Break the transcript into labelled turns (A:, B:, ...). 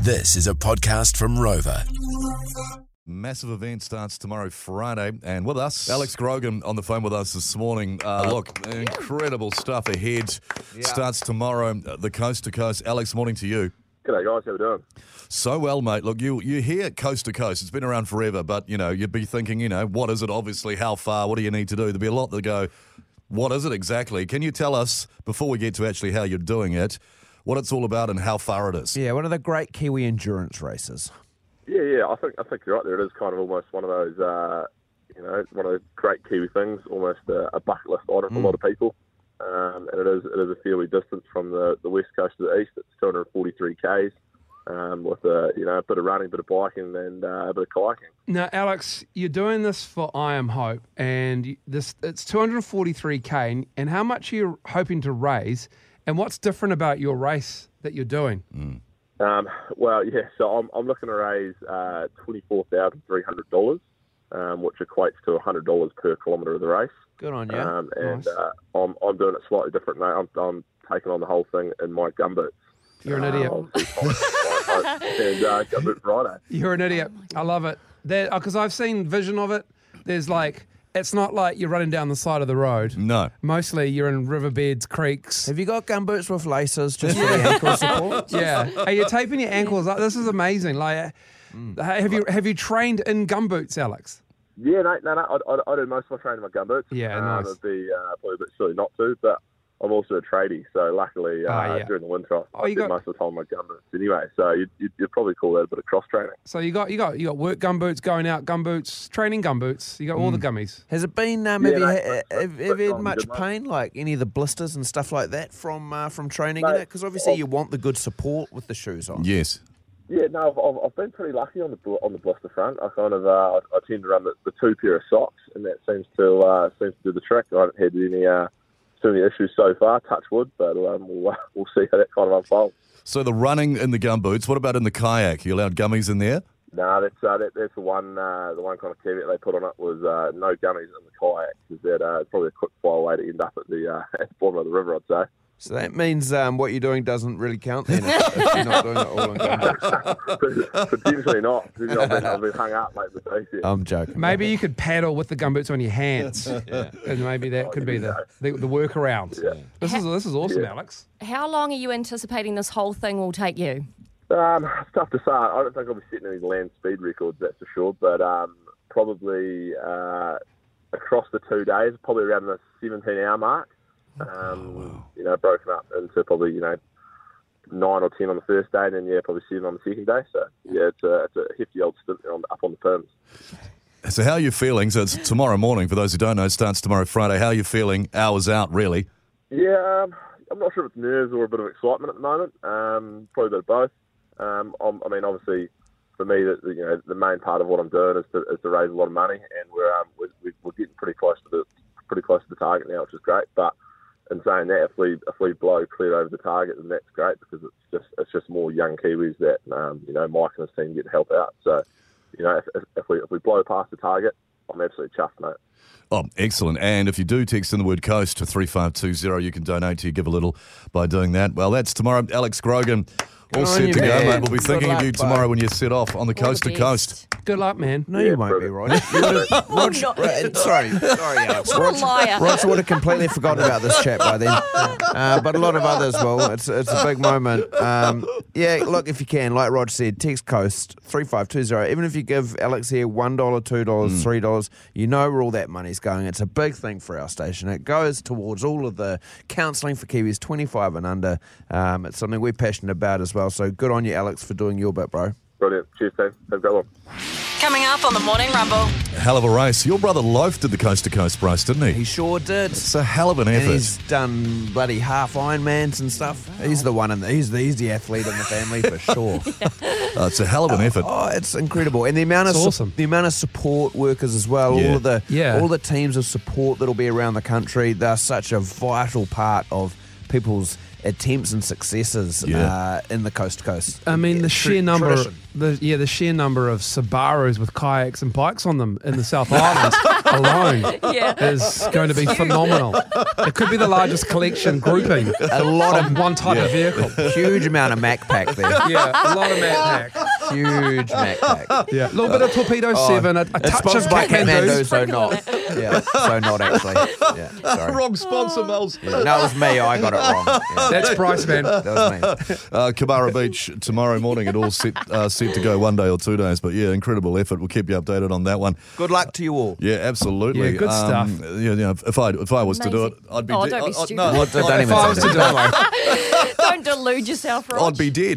A: This is a podcast from Rover.
B: Massive event starts tomorrow, Friday, and with us, Alex Grogan on the phone with us this morning. Uh, look, incredible stuff ahead. Starts tomorrow, uh, the coast to coast. Alex, morning to you.
C: G'day guys, how we doing?
B: So well, mate. Look, you you hear coast to coast. It's been around forever, but you know you'd be thinking, you know, what is it? Obviously, how far? What do you need to do? There'd be a lot that go. What is it exactly? Can you tell us before we get to actually how you're doing it, what it's all about and how far it is?
D: Yeah, one of the great Kiwi endurance races.
C: Yeah, yeah, I think I think you're right there. It is kind of almost one of those, uh, you know, one of those great Kiwi things, almost a, a bucket list item for a lot of people. Um, and it is it is a fairly distance from the, the west coast to the east. It's 243 k's um, with a you know a bit of running, a bit of biking, and uh, a bit of kayaking.
E: Now, Alex, you're doing this for I Am Hope, and you- this it's 243k. and- And how much are you hoping to raise? And what's different about your race that you're doing?
C: Um, well, yeah, so I'm, I'm looking to raise uh, $24,300, um, which equates to $100 per kilometre of the race.
D: Good on you.
C: Um, and
E: Nice.
C: uh, I'm, I'm doing it slightly different, mate. I'm, I'm taking on the whole thing in my gumboots.
E: You're an idiot.
C: Um, and uh, Gumboot Friday.
E: You're an idiot. I love it. Because I've seen vision of it. There's like, it's not like you're running down the side of the road.
B: No.
E: Mostly you're in riverbeds, creeks.
D: Have you got gumboots with laces just for the ankle support?
E: Yeah. Are you taping your ankles up? This is amazing. Like,
C: Mm.
E: uh, have you have you trained in gumboots, Alex?
C: Yeah, no, no, no. I, I, I do most of my training in my gumboots.
E: Yeah,
C: um,
E: nice.
C: It'd be uh, probably a bit silly not to, but I'm also a tradie, so luckily uh,
E: Ah, yeah.
C: during the winter, I
E: Oh,
C: I
E: you
C: do
E: got-
C: most of the time in my gumboots anyway. So you'd, you'd, you'd probably call that a bit of cross training.
E: So you got you got you got work gumboots, going out gumboots, training gumboots. You got all the gummies.
D: Has it been? Um,
C: Yeah,
D: have you,
C: mate,
D: ha-
C: but-
D: have,
C: but-
D: have
C: but
D: you
C: on
D: had much
C: demand.
D: pain, like any of the blisters and stuff like that, from uh, from training in
C: Mate,
D: it? Because obviously
C: I've-
D: you want the good support with the shoes on.
B: Yes.
C: Yeah, no, I've, I've, I've been pretty lucky on the bl- on the blister front. I kind of uh, I, I tend to run the, the two pair of socks, and that seems to uh, seems to do the trick. I haven't had any uh, too many issues so far. Touch wood, but um, we'll, uh, we'll see how that kind of unfolds.
B: So the running in the gumboots. What about in the kayak? You allowed gummies in there?
C: No, that's uh, that, that's the one uh, the one kind of caveat they put on it was uh, no gummies in the kayak. Is that uh, it's probably a quick fire way to end up at the uh, at the bottom of the river? I'd say.
D: So that means um, what you're doing doesn't really count. Then if, if you're not doing it all in gumboots.
C: Potentially not. You know, I've, been, I've been hung up late with these. Yeah.
D: I'm joking.
E: Maybe you could paddle with the gumboots on your hands, and maybe that could be the the, the workaround. This is this is awesome, Alex.
F: How long are you anticipating this whole thing will take you?
C: Um, it's tough to say. I don't think I'll be setting any land speed records, that's for sure. But um, probably uh, across the two days, probably around the 17 hour mark. Um, You know, broken up into probably you know nine or ten on the first day, and then yeah, probably seven on the second day. So yeah, it's a, it's a hefty old stint on, up on the pins.
B: So how are you feeling? So it's tomorrow morning. For those who don't know, it starts tomorrow Friday. How are you feeling? Hours out, really.
C: Yeah, um, I'm not sure if it's nerves or a bit of excitement at the moment. Um, probably a bit of both. Um, I'm, I mean, obviously, for me, the, the, you know, the main part of what I'm doing is to, is to raise a lot of money, and we're um, we're, we're- we're getting pretty close to the pretty close to the target now, which is great. But in saying that, if we if we blow clear over the target, then that's great because it's just it's just more young Kiwis that um, you know Mike and his team get to help out. So, you know, if, if, if we if we blow past the target, I'm absolutely chuffed, mate.
B: Oh, excellent. And if you do text in the word coast to 35220, you can donate to you, give a little by doing that. Well, that's tomorrow. Alex Grogan, all
D: Good on
B: set
D: you,
B: to go,
D: man.
B: mate. We'll be
D: Good
B: thinking of
D: luck,
B: you
D: bud.
B: tomorrow when you set off on the
F: All the
B: coast to
F: best.
B: coast.
E: Good luck, man.
D: No, you won't be, Roger. You would've- Roger,
F: not.
D: Ro- sorry, sorry, Alex.
F: What a liar.
D: Roger would have completely forgotten about this chat by then, uh, but a lot of others will. It's it's a big moment. Um, yeah, look if you can, like Roger said, text Coast three five two zero. Even if you give Alex here one dollar, two dollars, three dollars, you know where all that money's going. It's a big thing for our station. It goes towards all of the counselling for Kiwis twenty five and under. Um, it's something we're passionate about as well. So good on you, Alex, for doing your bit, bro.
C: Brilliant. Cheers, team. Have a great one.
G: Coming up on the Morning Rumble.
B: Hell of a race. Your brother Loaf did the coast to coast, Bryce, didn't he?
D: He sure did.
B: it's a hell of an
D: And
B: effort.
D: he's done bloody half Ironmans and stuff. He's the one, in the, he's the he's the athlete in the family for sure.
B: Uh, it's a hell of an effort.
D: Oh, it's incredible, and the amount of
E: It's
D: su-
E: awesome.
D: the amount of support workers as well.
B: Yeah.
D: All of the
E: Yeah.
D: all the teams of support that'll be around the country. They're such a vital part of people's attempts and successes
B: Yeah.
D: uh, in the coast to coast.
E: I mean, the
D: Tra-
E: sheer number,
D: tradition.
E: the, yeah, the sheer number of Subarus with kayaks and bikes on them in the South Islands alone
F: Yeah.
E: is going to be phenomenal. It could be the largest collection grouping.
D: A lot
E: of one type of
B: Yeah.
E: vehicle.
D: of huge amount of Mac pack there.
E: Yeah, a lot of mad pack.
D: Huge Mac pack.
E: Yeah, a little bit of torpedo seven, a, a
D: Oh, It's
E: touch of
D: sponsored by Kathmandu,
E: Kathmandu.
D: so not. Yeah, so not actually. Yeah, sorry.
B: Wrong sponsor, Miles.
D: Yeah, No, it was me. I got it wrong. Yeah,
E: That's Bryce, man.
D: that was me.
B: Uh, Kabara Beach tomorrow morning. It all set uh, set to go one day or two days. But yeah, incredible effort. We'll keep you updated on that one.
D: Good luck to you all.
B: Yeah, absolutely.
E: Yeah, good stuff.
B: You know, if I if I was to do it,
F: Amazing.
B: I'd be
F: Oh,
B: dead.
F: don't be
B: I'd- I'd-
F: stupid.
B: no, I'd,
D: Don't
B: I'd-
D: even
E: If I was
D: say
E: to do
D: that.
E: it,
F: Don't delude yourself, Rog.
B: I'd be dead.